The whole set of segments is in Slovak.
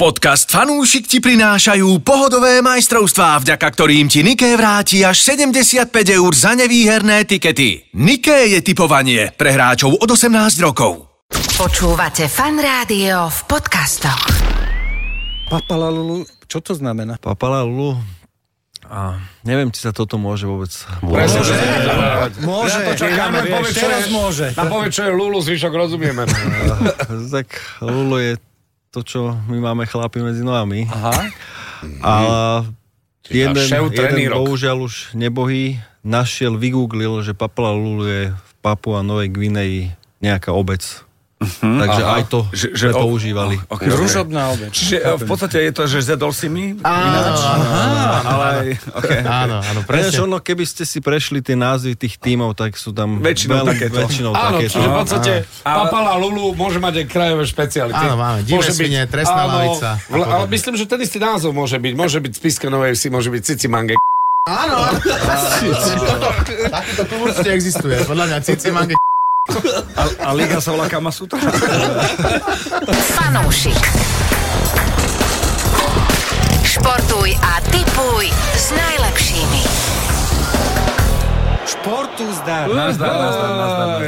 Podcast Fanúšik ti prinášajú pohodové majstrovstvá, vďaka ktorým ti Niké vráti až 75 eur za nevýherné tikety. Niké je typovanie pre hráčov od 18 rokov. Počúvate fan rádio v podcastoch. Papalalulu, čo to znamená? Papala Lulu. A neviem, či sa toto môže vôbec... Môže, to čakáme, Vieš, povedz, čo teraz je. môže. Nám povie, čo je Lulu, zvyšok rozumieme. tak Lulu je to, čo my máme chlapi medzi nohami. Aha. A jeden, šev jeden trenírok. bohužiaľ už nebohý našiel, vygooglil, že Papala Lulu je v Papua Novej Gvineji nejaká obec. Takže aj to Mhm. Že- že, že že sme o- používali. Okay, Družobná obec. Čiže e, v podstate je to, že zjedol si mi? Ale okay. Áno, áno, Vieš, presne. ono, keby ste si prešli tie názvy tých tímov, tak sú tam Väčšinou takéto. väčšinou Áno, takéto. čiže v podstate Papala Lulu môže mať aj krajové špeciality. Áno, máme divé Môže byť- svine, trestná áno, lavica a vl- Ale podobne. myslím, že ten istý názov môže byť. Môže byť Spiska Novej Vsi, môže byť Cicimange. Takýto klub určite existuje. Podľa mňa Cici Mange A Liga sa volá Kamasutra. Fanúšik. Športuj a tipuj s najlepšími. Športu zdar.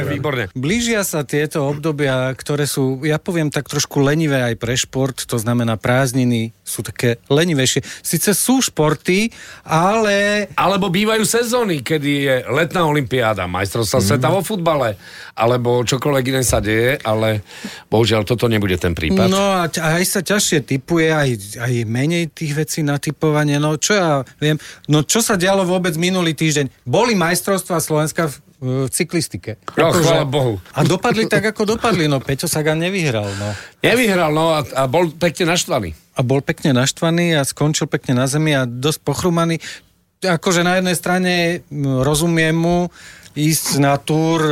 Výborne. Blížia sa tieto obdobia, ktoré sú, ja poviem tak trošku lenivé aj pre šport, to znamená prázdniny sú také lenivejšie. Sice sú športy, ale Alebo bývajú sezóny, kedy je letná olimpiáda, majstrovstvá Mhm. sveta vo futbale, alebo čokoľvek iné sa deje, ale bohužiaľ toto nebude ten prípad. No a ť- aj sa ťažšie typuje, aj, aj je menej tých vecí na typovanie. No čo ja viem, no čo sa dialo vôbec minulý týždeň? Boli majstrovstvá Slovenska v, v cyklistike. No, chvála Bohu. A dopadli tak, ako dopadli. No Peťo Sagan nevyhral, no. Nevyhral, no a, a bol pekne naštvaný. A bol pekne naštvaný a skončil pekne na zemi a dosť pochrumaný. Akože na jednej strane m, rozumiem mu, ísť na túr e,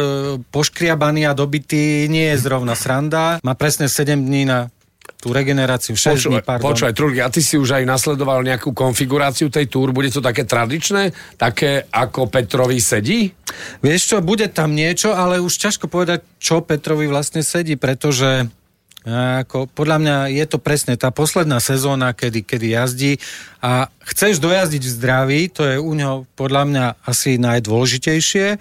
poškriabaný a dobitý nie je zrovna sranda. Má presne 7 dní na tú regeneráciu, 6 dní, Počúvaj, pardon. počúvaj Trulky, a ty si už aj nasledoval nejakú konfiguráciu tej túr, bude to také tradičné, také ako Petrovi sedí? Vieš čo, bude tam niečo, ale už ťažko povedať, čo Petrovi vlastne sedí, pretože e, ako, podľa mňa je to presne tá posledná sezóna, kedy, kedy jazdí a chceš dojazdiť v zdraví, to je u neho podľa mňa asi najdôležitejšie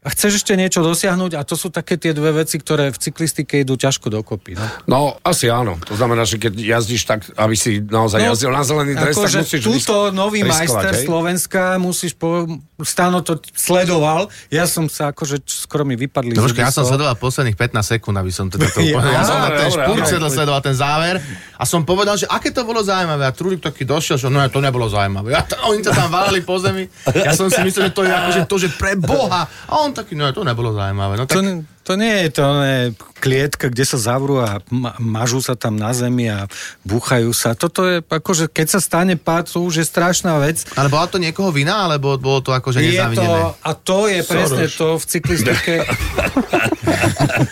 a chceš ešte niečo dosiahnuť a to sú také tie dve veci, ktoré v cyklistike idú ťažko dokopy. No. No, asi áno. To znamená, že keď jazdíš tak, aby si naozaj No, jazdil na zelený dres, tak Akože musíš túto risk- nový riskovať, majster hej? Slovenska musíš po... Stano to sledoval. Ja som sa akože skoro mi vypadli. Trošku, zuby No, ja z som toho. sledoval posledných 15 sekúnd, aby som teda to povedal. Ja som na dobre, ten dobre, špurt dobre. sedel, sledoval ten záver a som povedal, že aké to bolo zaujímavé. A Trulik taký došiel, že no to nebolo zaujímavé. A to, oni sa tam válili po zemi. Ja som si myslel, že to je akože to, že pre Boha. A on taký, no to nebolo zaujímavé. No To, tak ne- to nie je to ne, klietka, kde sa zavrú a ma- mažú sa tam na zemi a búchajú sa. Toto je, akože keď sa stane pád, to už je strašná vec. ale bola to niekoho vina, alebo bolo to akože Je to, nezavinené? a to je presne to v cyklistike.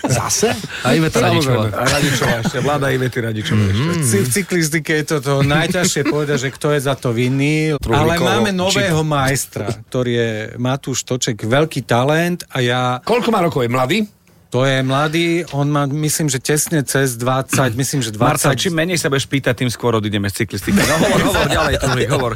Zase? A Iveta Samozrejme. A Radičová ešte, vláda Ivety Mhm. Radičová ešte. v cy- v cyklistike je to, to najťažšie povedať, že kto je za to vinný. Ale Truhlíkovo máme čip. nového majstra, ktorý je Matúš Toček, veľký talent a ja Koľko má rokov? Je mladý? To je mladý, on má, myslím, že tesne cez 20, myslím, že 20. Marcel, čím menej sa budeš pýtať, tým skôr odídeme z cyklistiky. No hovor, hovor, ďalej, Truhlík, hovor.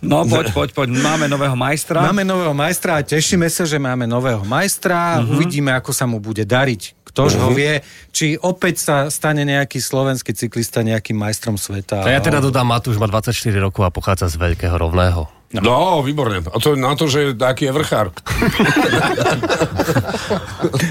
No poď, poď, poď, máme nového majstra. Máme nového majstra a tešíme sa, že máme nového majstra. Uh-huh. Uvidíme, ako sa mu bude dariť. Ktože uh-huh. ho vie, či opäť sa stane nejaký slovenský cyklista nejakým majstrom sveta. A ja teda dodám, Matúš má 24 rokov a pochádza z Veľkého rovného. No, no výborne. A to je na to, že taký je vrchár.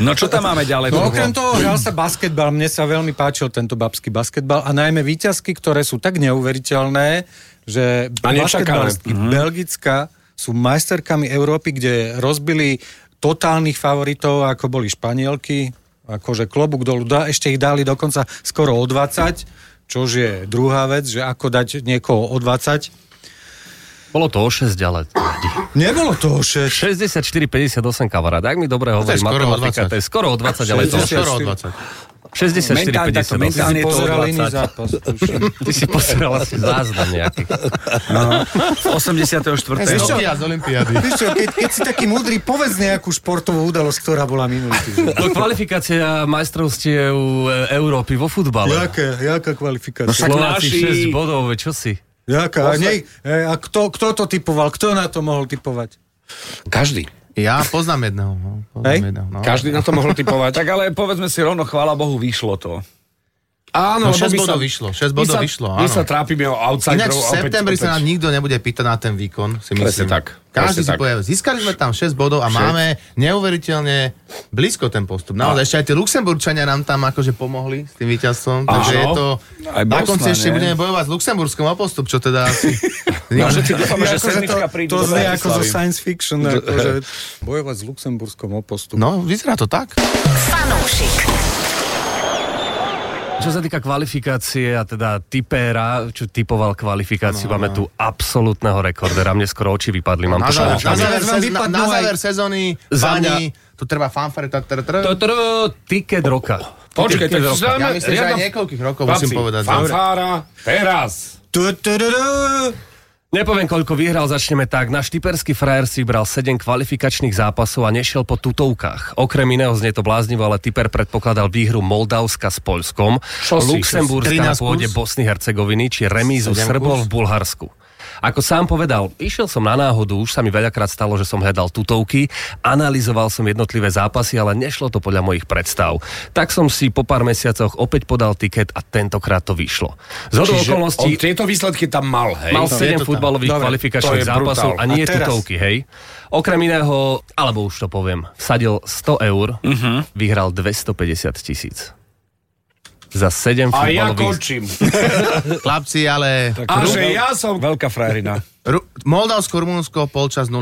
No čo tam máme ďalej? No Truhlík? okrem toho hral sa basketbal, mne sa veľmi páčil tento babský basketbal a najmä výťazky, ktoré sú tak neuveriteľné, že A nečakané. basketbalistky Belgická sú majsterkami Európy, kde rozbili totálnych favoritov, ako boli Španielky, akože klobúk dolu, da, ešte ich dali dokonca skoro o 20, čož je druhá vec, že ako dať niekoho o 20. Bolo to o 6, ale Nebolo to o 6. 64-58 kamarát. Ak mi dobre hovorí skoro o matematika, 20. to je skoro o 20, ale to Skoro o 20. Mentálne takto, 64-58. mentálne Ty si Pozeral iný 20. zápas. tuším. Ty si pozeral asi záznam nejaký. Z 84. Vieš čo? z Olympiády. Vieš čo, keď, keď si taký múdry, povedz nejakú športovú udalosť, ktorá bola minulý týždeň. No kvalifikácia majstrovstiev e, Európy vo futbale. Jaká, jaká No kvalifikácia? Slováci 6 bodov, veď čo si? Jaká? A, nej, e, a kto, kto to typoval? Kto na to mohol typovať? Každý. Ja poznám jedného. No, poznám Hej? jedného no. Každý na to mohol typovať. Tak ale povedzme si rovno, chvála Bohu, vyšlo to. Áno, No, lebo 6 my sa- bodov vyšlo, 6 my bodov sa- vyšlo, My áno. sa trápime o outsiderov. Ináč v opäť- septembri sa nám opäť. nikto nebude pýtať na ten výkon, si Presne myslím. tak, Každý presne si tak. povie, získali sme tam 6 bodov a máme neuveriteľne blízko ten postup. Naozaj, ešte aj tí Luxemburčania nám tam akože pomohli s tým víťazstvom, takže Áno. je to... Aj na Bosna, konci ešte nie? budeme bojovať s Luxemburskom o postup, čo teda asi... No, všetci dúfame, že Akože sedmička príde. to do znie ako zo Bratislavy. science fiction. Akože bojovať s Luxemburskom o postup. No, vyzerá to tak. Fanúšik. Čo sa týka kvalifikácie a teda typéra, čo typoval kvalifikáciu, máme tu absolútneho rekordera. Mne skoro oči vypadli, No, mám Na to pred záver, na očami. záver, Teraz vám sez- na, vypadnú na aj- záver sezóny, Za mňa- Vani, tu treba fanfare, tá, tá, tá, To- to- Tiket roka. Počkaj, tak Tiket roka. známe... Ja myslím, že aj niekoľkých rokov musím povedať. Fanfára, teraz. Tu, tu, tu, tu. Nepoviem, koľko vyhral, začneme tak. Náš typerský frajer si bral 7 kvalifikačných zápasov a nešiel po tutovkách. Okrem iného znie to bláznivo, ale typer predpokladal výhru Moldavska s Polskom, Čo si, čo Luxemburska si? na pôde 13 Bosny Hercegoviny či remízu Sedem Srbov v Bulharsku. Ako sám povedal, išiel som na náhodu, už sa mi veľakrát stalo, že som hľadal tutovky, analyzoval som jednotlivé zápasy, ale nešlo to podľa mojich predstav. Tak som si po pár mesiacoch opäť podal tiket a tentokrát to vyšlo. Zhodou Čiže on okolností tieto výsledky tam mal, hej? Mal je 7 to tam. futbalových Dobre, to je kvalifikačných brutál. zápasov a nie A teraz? tutovky, hej. Okrem iného, alebo už to poviem, vsadil 100 eur, Mhm. vyhral 250 tisíc. Za 7 A ja futbalových... končím. Chlapci, ale... A že ja som... Veľká frajerina. Ru- Moldavsko, Rumunsko, polčas 0-2.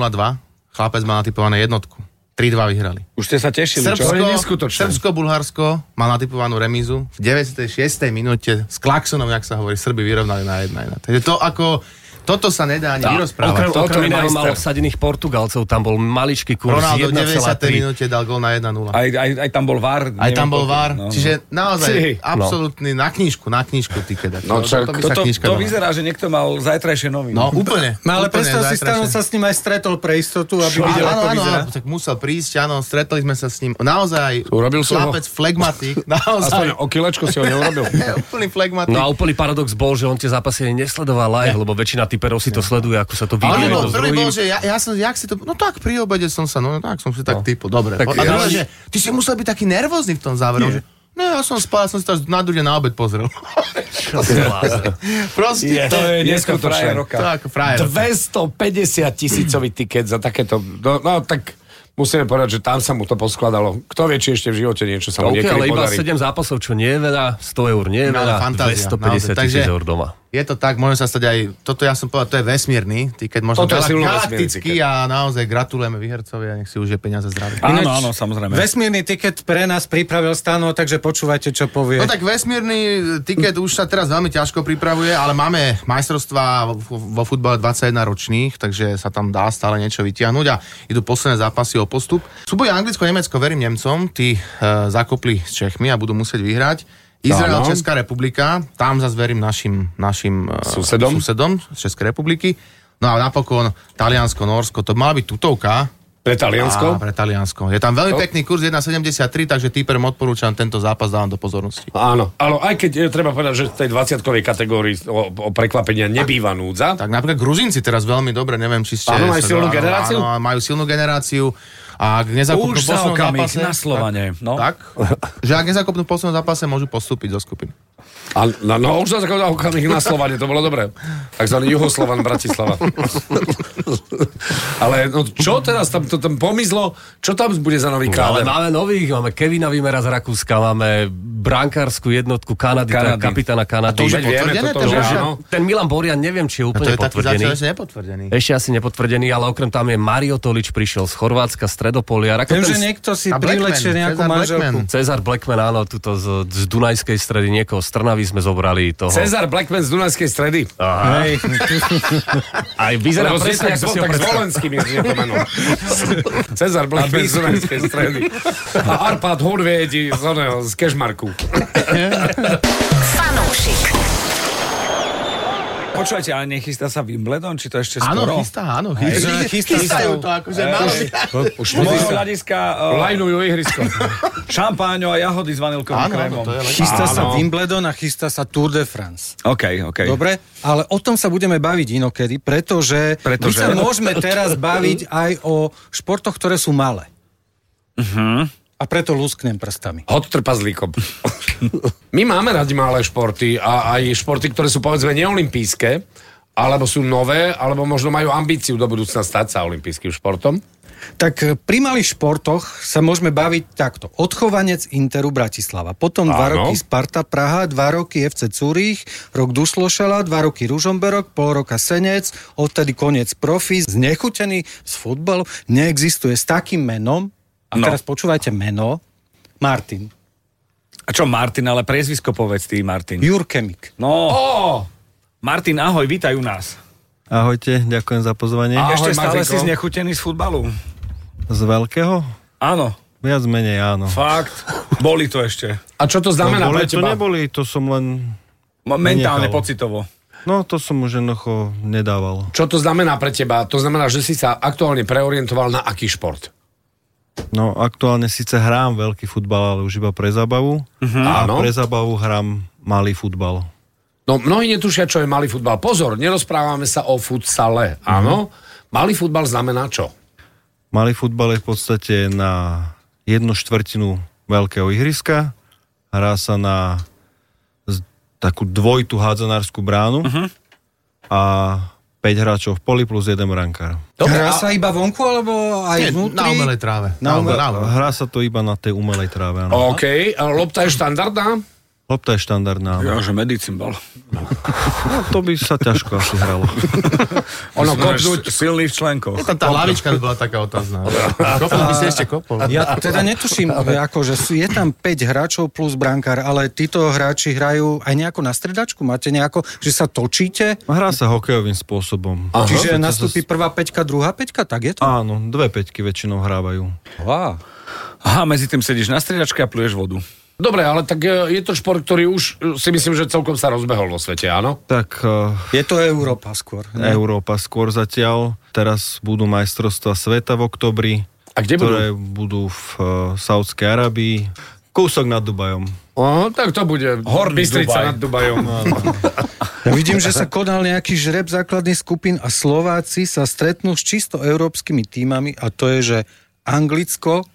Chlapec mal natypované jednotku. 3-2 vyhrali. Už ste sa tešili, To čo? je Srbsko, neskutočné. Srbsko, Bulharsko mal natypovanú remízu. V 96. minúte s Klaxonom, jak sa hovorí, Srby vyrovnali na 1-1. Takže to ako... Toto sa nedá ani Okrem, vyrozprávať. toto okrem je iného majster. malo vsadených Portugalcov, tam bol maličký kurz Ronaldo v 90. 1,3. minúte dal gól na 1-0. Aj, aj, aj tam bol VAR. Aj neviem tam bol koľko. VAR, No, no. čiže Ty. naozaj absolútny na knižku, na knižku ty keda. No, čak, toto by sa Toto, knižka to dala. vyzerá, že niekto mal zajtrajšie noviny. No úplne. No ale úplne predstav si, zajtrajšie. Stano sa s ním aj stretol pre istotu, aby Áno, videl, áno, ako áno, vyzerá. tak musel prísť, áno, stretli sme sa s ním. Naozaj, Urobil som ho? chlapec flegmatik, Aspoň naozaj, o kilečko si ho neurobil. úplný flegmatik. No a úplný paradox bol, že on tie zápasy ani nesledoval live, lebo väčšina typerov si to sleduje, ako sa to a on vyvíja bol, jedno s prvý druhým. bol, že ja, ja som, jak si to, no tak pri obede som sa, no tak som si tak typu, dobre. a Tak ja- druhé, že ty si musel byť taký nervózny v tom závere, že no ja som spal, ja som si to až na druhé na obed pozrel. Čo si blázon. Proste, To to, je neskutočné. frajer to je roka. ako frajer. 250 tisícový tiket za takéto... No, no tak musíme povedať, že tam sa mu to poskladalo. Kto vie, či ešte v živote niečo sa mu OK, niekedy ale iba podarí. 7 zápasov, čo nie je veľa, 100 eur nie je No, ale veľa, fantázia, 250 naozaj. Takže- tisíc eur doma. Je to tak, môže sa stať aj, toto ja som povedal, to je vesmírny, ty keď možno Toto je galak- silno vesmírny galaktický a naozaj gratulujeme vyhercovi a nech si už je peniaze zdravie. Áno, Ináč- áno, No, samozrejme. Vesmírny tiket pre nás pripravil Stano, takže počúvajte, čo povie. No tak vesmírny tiket už sa teraz veľmi ťažko pripravuje, ale máme majstrovstvá vo- vo futbale 21 ročných, takže sa tam dá stále niečo vytiahnuť a idú posledné zápasy o postup. Súboj Anglicko-Nemecko, verím Nemcom, tí e, zakopli s Čechmi a budú musieť vyhrať. Izrael, Áno. Česká republika, tam zase verím našim, našim e, Susedom. susedom z Českej republiky. No a napokon Taliansko, Norsko, to mala byť tutovka, Pre Taliansko? Á, pre Taliansko. Je tam veľmi pekný kurz 1,73, takže týperom odporúčam tento zápas dávam do pozornosti. Áno, ale aj keď e, treba povedať, že v tej 20 kategórii o, o prekvapenia nebýva núdza. Tak napríklad Gruzinci teraz veľmi dobre, neviem, či ste... Áno, majú sa- silnú áno, generáciu? Áno, majú silnú generáciu. A ak nezakopnú Už v za poslednom okamih zápase... na Slovane. No. No. Tak, že ak nezakopnú v poslednom zápase, môžu postúpiť do skupiny. A, no, no už sa taková okamih na Slovane, to bolo dobré. Takzvaný Juhoslovan Bratislava. ale no, čo teraz tam to tam pomizlo? Čo tam bude za nový No, káder? Ale máme nových, máme Kevina Vimera z Rakúska, máme brankárskú jednotku Kanady, Kanady. Kanady. kapitána Kanady. To už no. je vieme, potvrdené, toto, to že už je- áno. Ten Milan Borian, neviem, či je A to úplne je taký potvrdený. zatiaľ ešte nepotvrdený. Ešte asi nepotvrdený, ale okrem tam je Mario Tolič, prišiel z Chorvátska, Stredopoliar. Ako Viem, ten že niekto si A Blackman, prilečie nejakú Cezar manželku. Blackman. Cezar Blackman, áno, tuto z, z Dunajskej stredy niekoho z Trnavy sme zobrali toho. Cezar Blackman z Dunajskej stredy. Aha. Aj vyzerá Lebo tak presne, ako zvo- si ho tak s predstavil. Volenským je to meno. Cezar Blackman z Dunajskej stredy. A Arpad Horvédi z, oného, z Kešmarku. Fanúšik. Počujete, ale nechystá sa Wimbledon, či to ešte Áno, skoro? chystá, áno, chystá. Hej, chystá sa. Chystajú to, akože malo by. Už Z môjho hľadiska uh, Lajnujú ihrisko. šampáňo a jahody s vanilkovým Áno, áno, krémom. to je lepšie. Chystá sa Áno. Wimbledon a chystá sa Tour de France. OK, OK. Dobre, ale o tom sa budeme baviť inokedy, pretože, my Pretože? sa môžeme teraz baviť aj o športoch, ktoré sú malé. Mhm. A preto lusknem prstami. Hod trpazlíkom. My máme radi malé športy a aj športy, ktoré sú povedzme neolimpijské, alebo sú nové, alebo možno majú ambíciu do budúcna stať sa olimpijským športom. Tak e, pri malých športoch sa môžeme baviť takto. Odchovanec Interu Bratislava, potom dva Áno. roky Sparta Praha, dva roky FC Zurich, rok Dušlošela, dva roky Ružomberok, pol roka Senec, odtedy koniec profi, znechutený z futbalu, neexistuje s takým menom, a No. teraz počúvajte meno, Martin, A čo Martin, ale priezvisko povedz ty, Martin. Jurkemik. No, Ó, Martin, ahoj, vítaj u nás. Ahojte, ďakujem za pozvanie. A- A... Ešte stále Martinko. si znechutený z futbalu. Z veľkého? Áno, Viac menej áno. fakt. Boli to ešte. a čo to znamená no, boli, pre to teba? neboli, to som len... M- Mentálne, Nenechalo. pocitovo. No, to som už jednoducho nedával. Čo to znamená pre teba? To znamená, že si sa aktuálne preorientoval na aký šport? No, aktuálne síce hrám veľký futbal, ale už iba pre zabavu. Uh-huh. A Mhm. Áno. pre zabavu hrám malý futbal. No mnohí netušia, čo je malý futbal. Pozor, nerozprávame sa o futsale, áno? Mhm. Malý futbal znamená čo? Malý futbal je v podstate na jednu štvrtinu veľkého ihriska. Hrá sa na z- takú dvojitú hádzanárskú bránu Mhm. uh-huh. a 5 hráčov v poli plus jeden brankár. Dobre, Hrá a- sa iba vonku, alebo aj Nie, vnútri? Na umelej tráve. Na umelej- umelej. Hrá sa to iba na tej umelej tráve. Áno. OK, a lopta je štandardná? Lopta je štandardná. áno. Jože, medicín bol. No, to by sa ťažko asi hralo. Ono kopnúť... kopnúť. Silný v členkoch. Tam tá lavička bola taká otázna. Kopol by si ešte kopol. Ja teda netuším, ako, že sú, je tam 5 hráčov plus brankár, ale títo hráči hrajú aj nejako na stredačku? Máte nejako, že sa točíte? Hrá sa hokejovým spôsobom. Aha. Čiže To sa nastúpi prvá peťka, druhá peťka, tak je to? Áno, dve peťky väčšinou hrávajú. Wow. Aha, medzi tým sedíš na striedačke a pluješ vodu. Dobre, ale tak e, je to šport, ktorý už e, si myslím, že celkom sa rozbehol vo svete, áno? Tak eh, Je to Európa skôr. Ne? Európa skôr zatiaľ. Teraz budú majstrovstva sveta v oktobri, A kde budú? ktoré budú v uh, Saudskej Arabii, kúsok nad Dubajom. O, tak to bude Horný Bystrica Dubaj. nad Dubajom. Ja vidím, že sa konal nejaký žreb základných skupín a Slováci sa stretnú s čisto európskymi týmami a to je, že Anglicko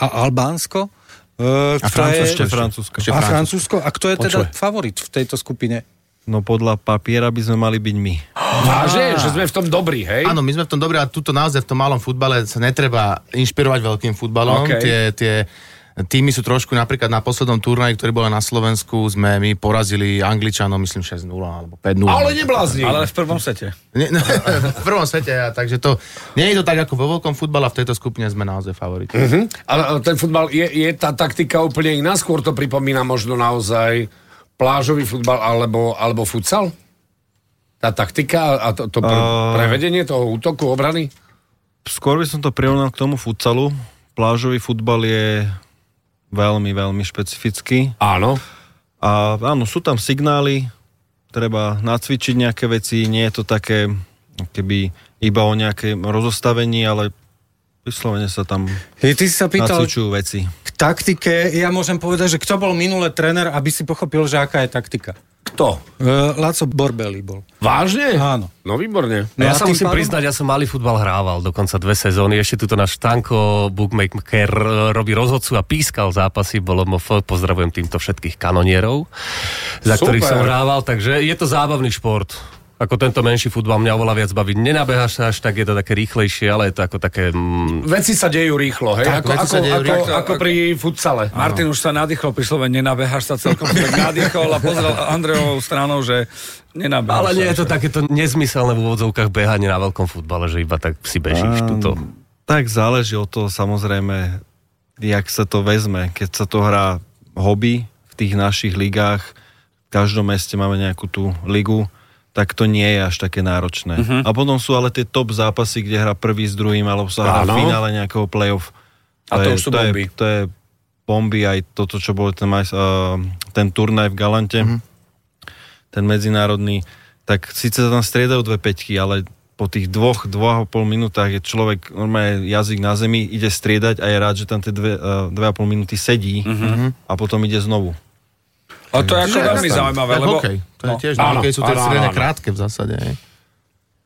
a Albánsko. E, a Ešte Francúzsko. Francúzsko. A Francúzsko. A kto je teda favorit v tejto skupine? No podľa papiera by sme mali byť my. Váže, že sme v tom dobrí, hej? Áno, my sme v tom dobrí a tuto naozaj v tom malom futbale sa netreba inšpirovať veľkým futbalom. Okej. Tie, tie týmy sú trošku, napríklad na poslednom turnaji, ktorý bol na Slovensku, sme my porazili Angličanom, myslím 6-0 alebo 5-0. Ale neblázni. Ale v prvom sete. Ne, ne, no, v prvom svete, a takže to nie je to tak ako vo veľkom futbale, v tejto skupine sme naozaj favoriti. Mhm. Ale ale ten futbal, je, je tá taktika úplne iná? Skôr to pripomína možno naozaj plážový futbal alebo, alebo futsal? Tá taktika a to, to pre, A- prevedenie toho útoku, obrany? Skôr by som to prirovnal k tomu futsalu. Plážový futbal je veľmi, veľmi špecifický. Áno. A áno, sú tam signály, treba nacvičiť nejaké veci, nie je to také keby iba o nejakém rozostavení, ale vyslovene sa tam Hej, ty si sa pýtal nacvičujú veci. k taktike. Ja môžem povedať, že kto bol minulý tréner, aby si pochopil, že aká je taktika. Kto? Uh, Laco Borbeli bol. Vážne? Áno. No výborne. No ja a sa tým musím pádom- priznať, ja som malý futbal hrával dokonca dve sezóny. Ešte tuto náš Tanko Bookmaker e, robí rozhodcu a pískal zápasy, bolo MF. Pozdravujem týmto všetkých kanonierov, za Super. ktorých som hrával. Takže je to zábavný šport. Ako tento menší futbal mňa oveľa viac baví. Nenabehaš sa až tak, je to také rýchlejšie, ale je to ako také... Mm, Veci sa dejú rýchlo, hej? Tak, ako, veci ako, sa dejú ako, rýchlo. ako pri futsale. Martin už sa nadýchol, prišlo, nenabeháš sa celkom, si tak nadýchol a pozrel Andrejovou stranou, že nenabeháš ale nie sa. je to takéto nezmyselné v úvodzovkách behanie na veľkom futbale, že iba tak si bežíš tuto. Tak záleží od toho samozrejme, jak sa to vezme. Keď sa to hrá hobby v tých našich ligách, každom meste máme nejakú tú ligu, tak to nie je až také náročné. Mhm. Uh-huh. A potom sú ale tie top zápasy, kde hrá prvý s druhým, alebo sa hrá Áno. v finále nejakého playoff. A to už sú to bomby. Je, to je bomby, aj toto, čo bol ten, majs- uh, ten turnaj v Galante, uh-huh. Mhm. ten medzinárodný, tak síce sa tam striedajú dve peťky, ale po tých dvoch, dvoch a pol minútach je človek normálne jazyk na zemi, ide striedať a je rád, že tam tie dve, uh, dve a pol minúty sedí uh-huh. a potom ide znovu. A to je ako veľmi zaujímavé, Tak lebo... hokej. To je no. tiež, na áno, hokej sú tie áno, strede áno. krátke v zásade. hej.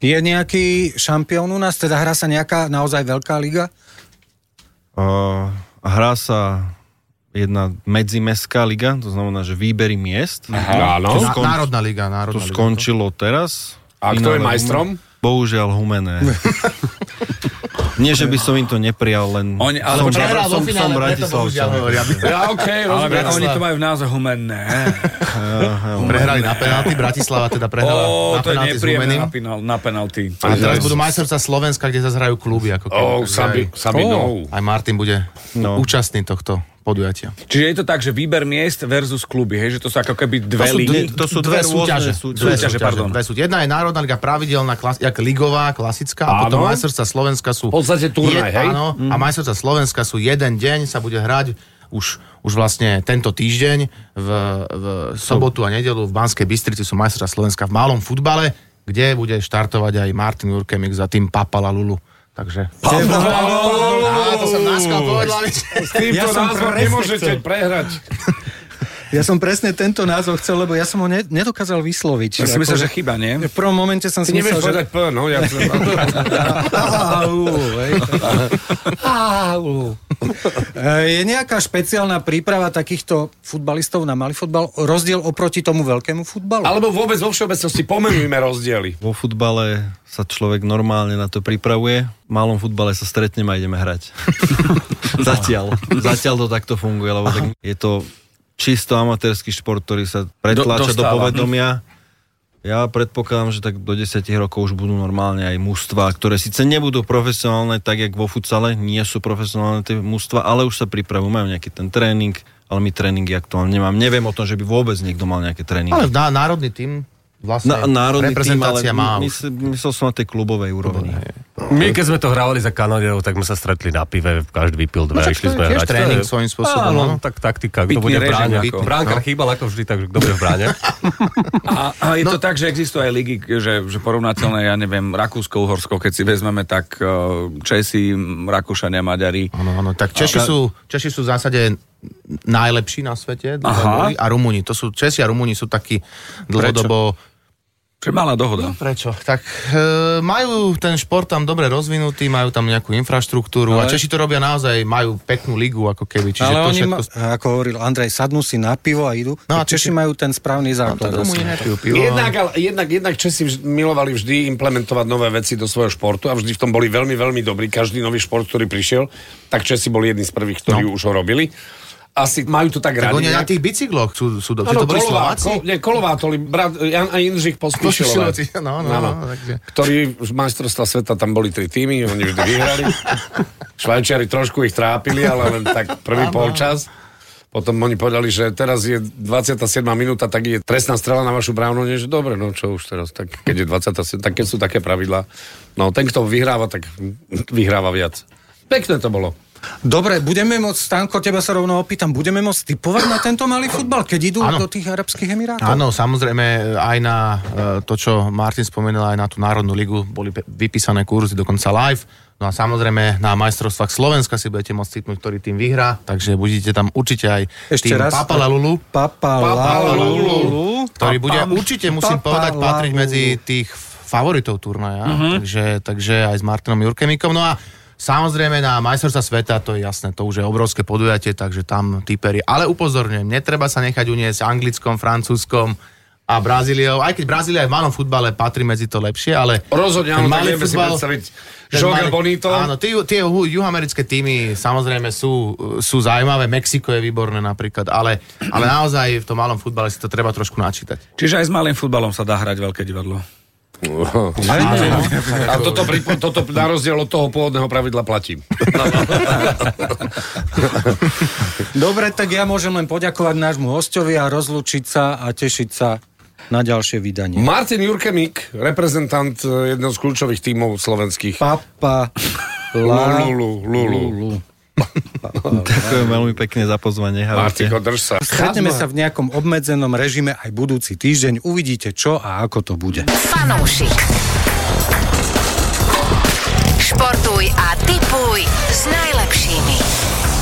Je nejaký šampión u nás? Teda hrá sa nejaká naozaj veľká liga? Uh, hrá sa jedna medzimestská liga, to znamená, že výbery miest. Aha. Áno. To, Na, skon, národná liga, to národná liga. skončilo teraz. A kto je Finále majstrom? Humen- Bohužiaľ Humené. Nie, že by som im to neprijal, len Oni- ale som, prehral som, som preto bohužiaľ Bratislavčan. hovoria. Ja, okay, Ale rozumiem. oni to majú v názve humenné. Prehrali na penalty, Bratislava teda prehrala na Ó, to je penalty s nepríjemné Rumeným. na, penal, na penalty. A teraz budú majstrovstvá Slovenska, kde zase hrajú kluby. Ako keby. Oh, Takže Sabi, aj- Sabi, no. Aj Martin bude No. účastný tohto podujatia. Čiže je to tak, že výber miest versus kluby, hej? Že to sú ako keby dve sú ligy. to sú dve rôzne súťaže. Dve Súťaže, pardon. Dve súťaže. Jedna je národná liga pravidelná, klas, jak ligová, klasická, a Áno. potom majstrovstvá Slovenska sú... V podstate turnaj, hej? Mhm. Áno, a majstrovstvá Slovenska sú jeden deň, sa bude hrať už, už vlastne tento týždeň v, v sobotu a nedelu v Banskej Bystrici sú majstrovstvá Slovenska v malom futbale, kde bude štartovať aj Martin Urkemik za tým Papala Lulu. Takže... Á, to som náskal povedal. ale- S týmto Ja som názvom presne nemôžete chcel. prehrať. Ja som presne tento názov chcel, lebo ja som ho ne, nedokázal vysloviť. Ja si myslel, že Ako- chyba, nie? V prvom momente som si Ty myslel, nevieš že... povedať P, no. Ja chcem, Au, hej. Au. E, Je nejaká špeciálna príprava takýchto futbalistov na malý futbal? Rozdiel oproti tomu veľkému futbalu? alebo vôbec vo všeobecnosti pomenujme rozdiely. Vo futbale sa človek normálne na to pripravuje. V malom futbale sa stretneme a ideme hrať. Zatiaľ. Zatiaľ to takto funguje, lebo tak je to čisto amatérsky šport, ktorý sa pretláča do, dostáva. povedomia. Ja predpokladám, že tak do 10 rokov už budú normálne aj mužstva, ktoré síce nebudú profesionálne, tak jak vo futsale, nie sú profesionálne tie mužstva, ale už sa pripravujú, majú nejaký ten tréning, ale my tréningy aktuálne nemám. Neviem o tom, že by vôbec niekto mal nejaké tréningy. Ale ná, národný tým vlastne Na, národný tým, ale reprezentácia má už. mysl, myslel som na tej klubovej úrovni. My, keď sme to hrávali za Kanadiou, tak sme sa stretli na pive, každý vypil No dve, no, však išli to je sme tiež hrať. To tréning je- svojím spôsobom, Áno, no. tak taktika, kto Pitný No. bude v režim bráne. ako- Bránkar chýbal ako vždy, takže kto bude v bráne. A, a je no. to tak, že existujú aj ligy, že, že porovnateľné, ja neviem, Rakúsko, Uhorsko, keď si vezmeme, tak eh, Česi, Rakúšania, Maďari. Áno, áno, tak Češi, A- sú, Češi sú v zásade najlepší na svete dlhodobo, a Rumúni. To sú, Česi a Rumúni sú takí dlhodobo... Čo je malá dohoda. Prečo? Tak e, majú ten šport tam dobre rozvinutý, majú tam nejakú infraštruktúru ale... a Ale- Češi to robia naozaj, majú peknú ligu ako keby, čiže Ale to oni, ma, všetko... Eh, ako hovoril Andrej, sadnú si na pivo a idú. No No a a ty Češi si- majú ten správny základ. Tak Rumúni asi. nepijú pivo. Jednak, ale, jednak, jednak Česi vž- milovali vždy implementovať nové veci do svojho športu a vždy v tom boli veľmi, veľmi dobrí. Každý nový šport, ktorý prišiel, tak Česi boli jedni z prvých, ktorí no. už ho robili. Asi majú to tak, Tak radi. oni na nejak. tých bicykloch sú, sú dobrí. Áno, to boli Kolová- Slováci? Ko- nie, Kolová, to boli brat, Jan a Jindřich Pospišilová. Pospišilovci, no, no, Áno. no, takže- Ktorí z majstrovstva sveta tam boli tri týmy, oni vždy vyhrali. Švajčiari trošku ich trápili, ale len tak prvý polčas. Potom oni povedali, že teraz je 27. minúta, tak je trestná strela na vašu bránu, nie, že dobre, no čo už teraz, tak keď je 27, tak keď sú také pravidlá, no ten, kto vyhráva, tak vyhráva viac. Pekné to bolo. Dobre, budeme môcť, Stanko, teba sa rovno opýtam, budeme môcť typovať na tento malý futbal, keď idú Áno. do tých Arabských Emirátov? Áno, samozrejme aj na e, to, čo Martin spomenul, aj na tú Národnú ligu boli pe- vypísané kurzy dokonca live. No a samozrejme na majstrovstvách Slovenska si budete môcť typnúť, ktorý tým vyhrá, takže budete tam určite aj Ešte tým raz. Papala Lulu, Papalalulu. ktorý bude určite, musím povedať, patriť medzi tých favoritov turnaja. Takže, takže aj s Martinom Jurkemikom. No a Samozrejme na majstrovstva sveta, to je jasné, to už je obrovské podujatie, takže tam typery. Ale upozorňujem, netreba sa nechať uniesť anglickom, francúzskom a Brazíliou, aj keď Brazília aj v malom futbale patrí medzi to lepšie, ale... Rozhodne, ten áno, tak malý vieme si futbal- predstaviť ten Joga malý- Bonito. Áno, tie, No, tie ju- juhoamerické týmy samozrejme sú, sú zaujímavé, Mexiko je výborné napríklad, ale, ale naozaj v tom malom futbale si to treba trošku načítať. Čiže aj s malým futbalom sa dá hrať veľké divadlo. A toto, pri, toto na rozdiel od toho pôvodného pravidla platí. Dobre, tak ja môžem len poďakovať nášmu hostovi a rozlúčiť sa a tešiť sa na ďalšie vydanie. Martin Jurkemik, reprezentant eh, jedného z kľúčových tímov slovenských. Papa la, Lulu, Lulu. lulu. Ďakujem veľmi pekne za pozvanie. Ahojte. Martiko, drž sa. Stretneme sa v nejakom obmedzenom režime aj budúci týždeň. Uvidíte, čo a ako to bude. Fanúšik. Športuj a tipuj s najlepšími.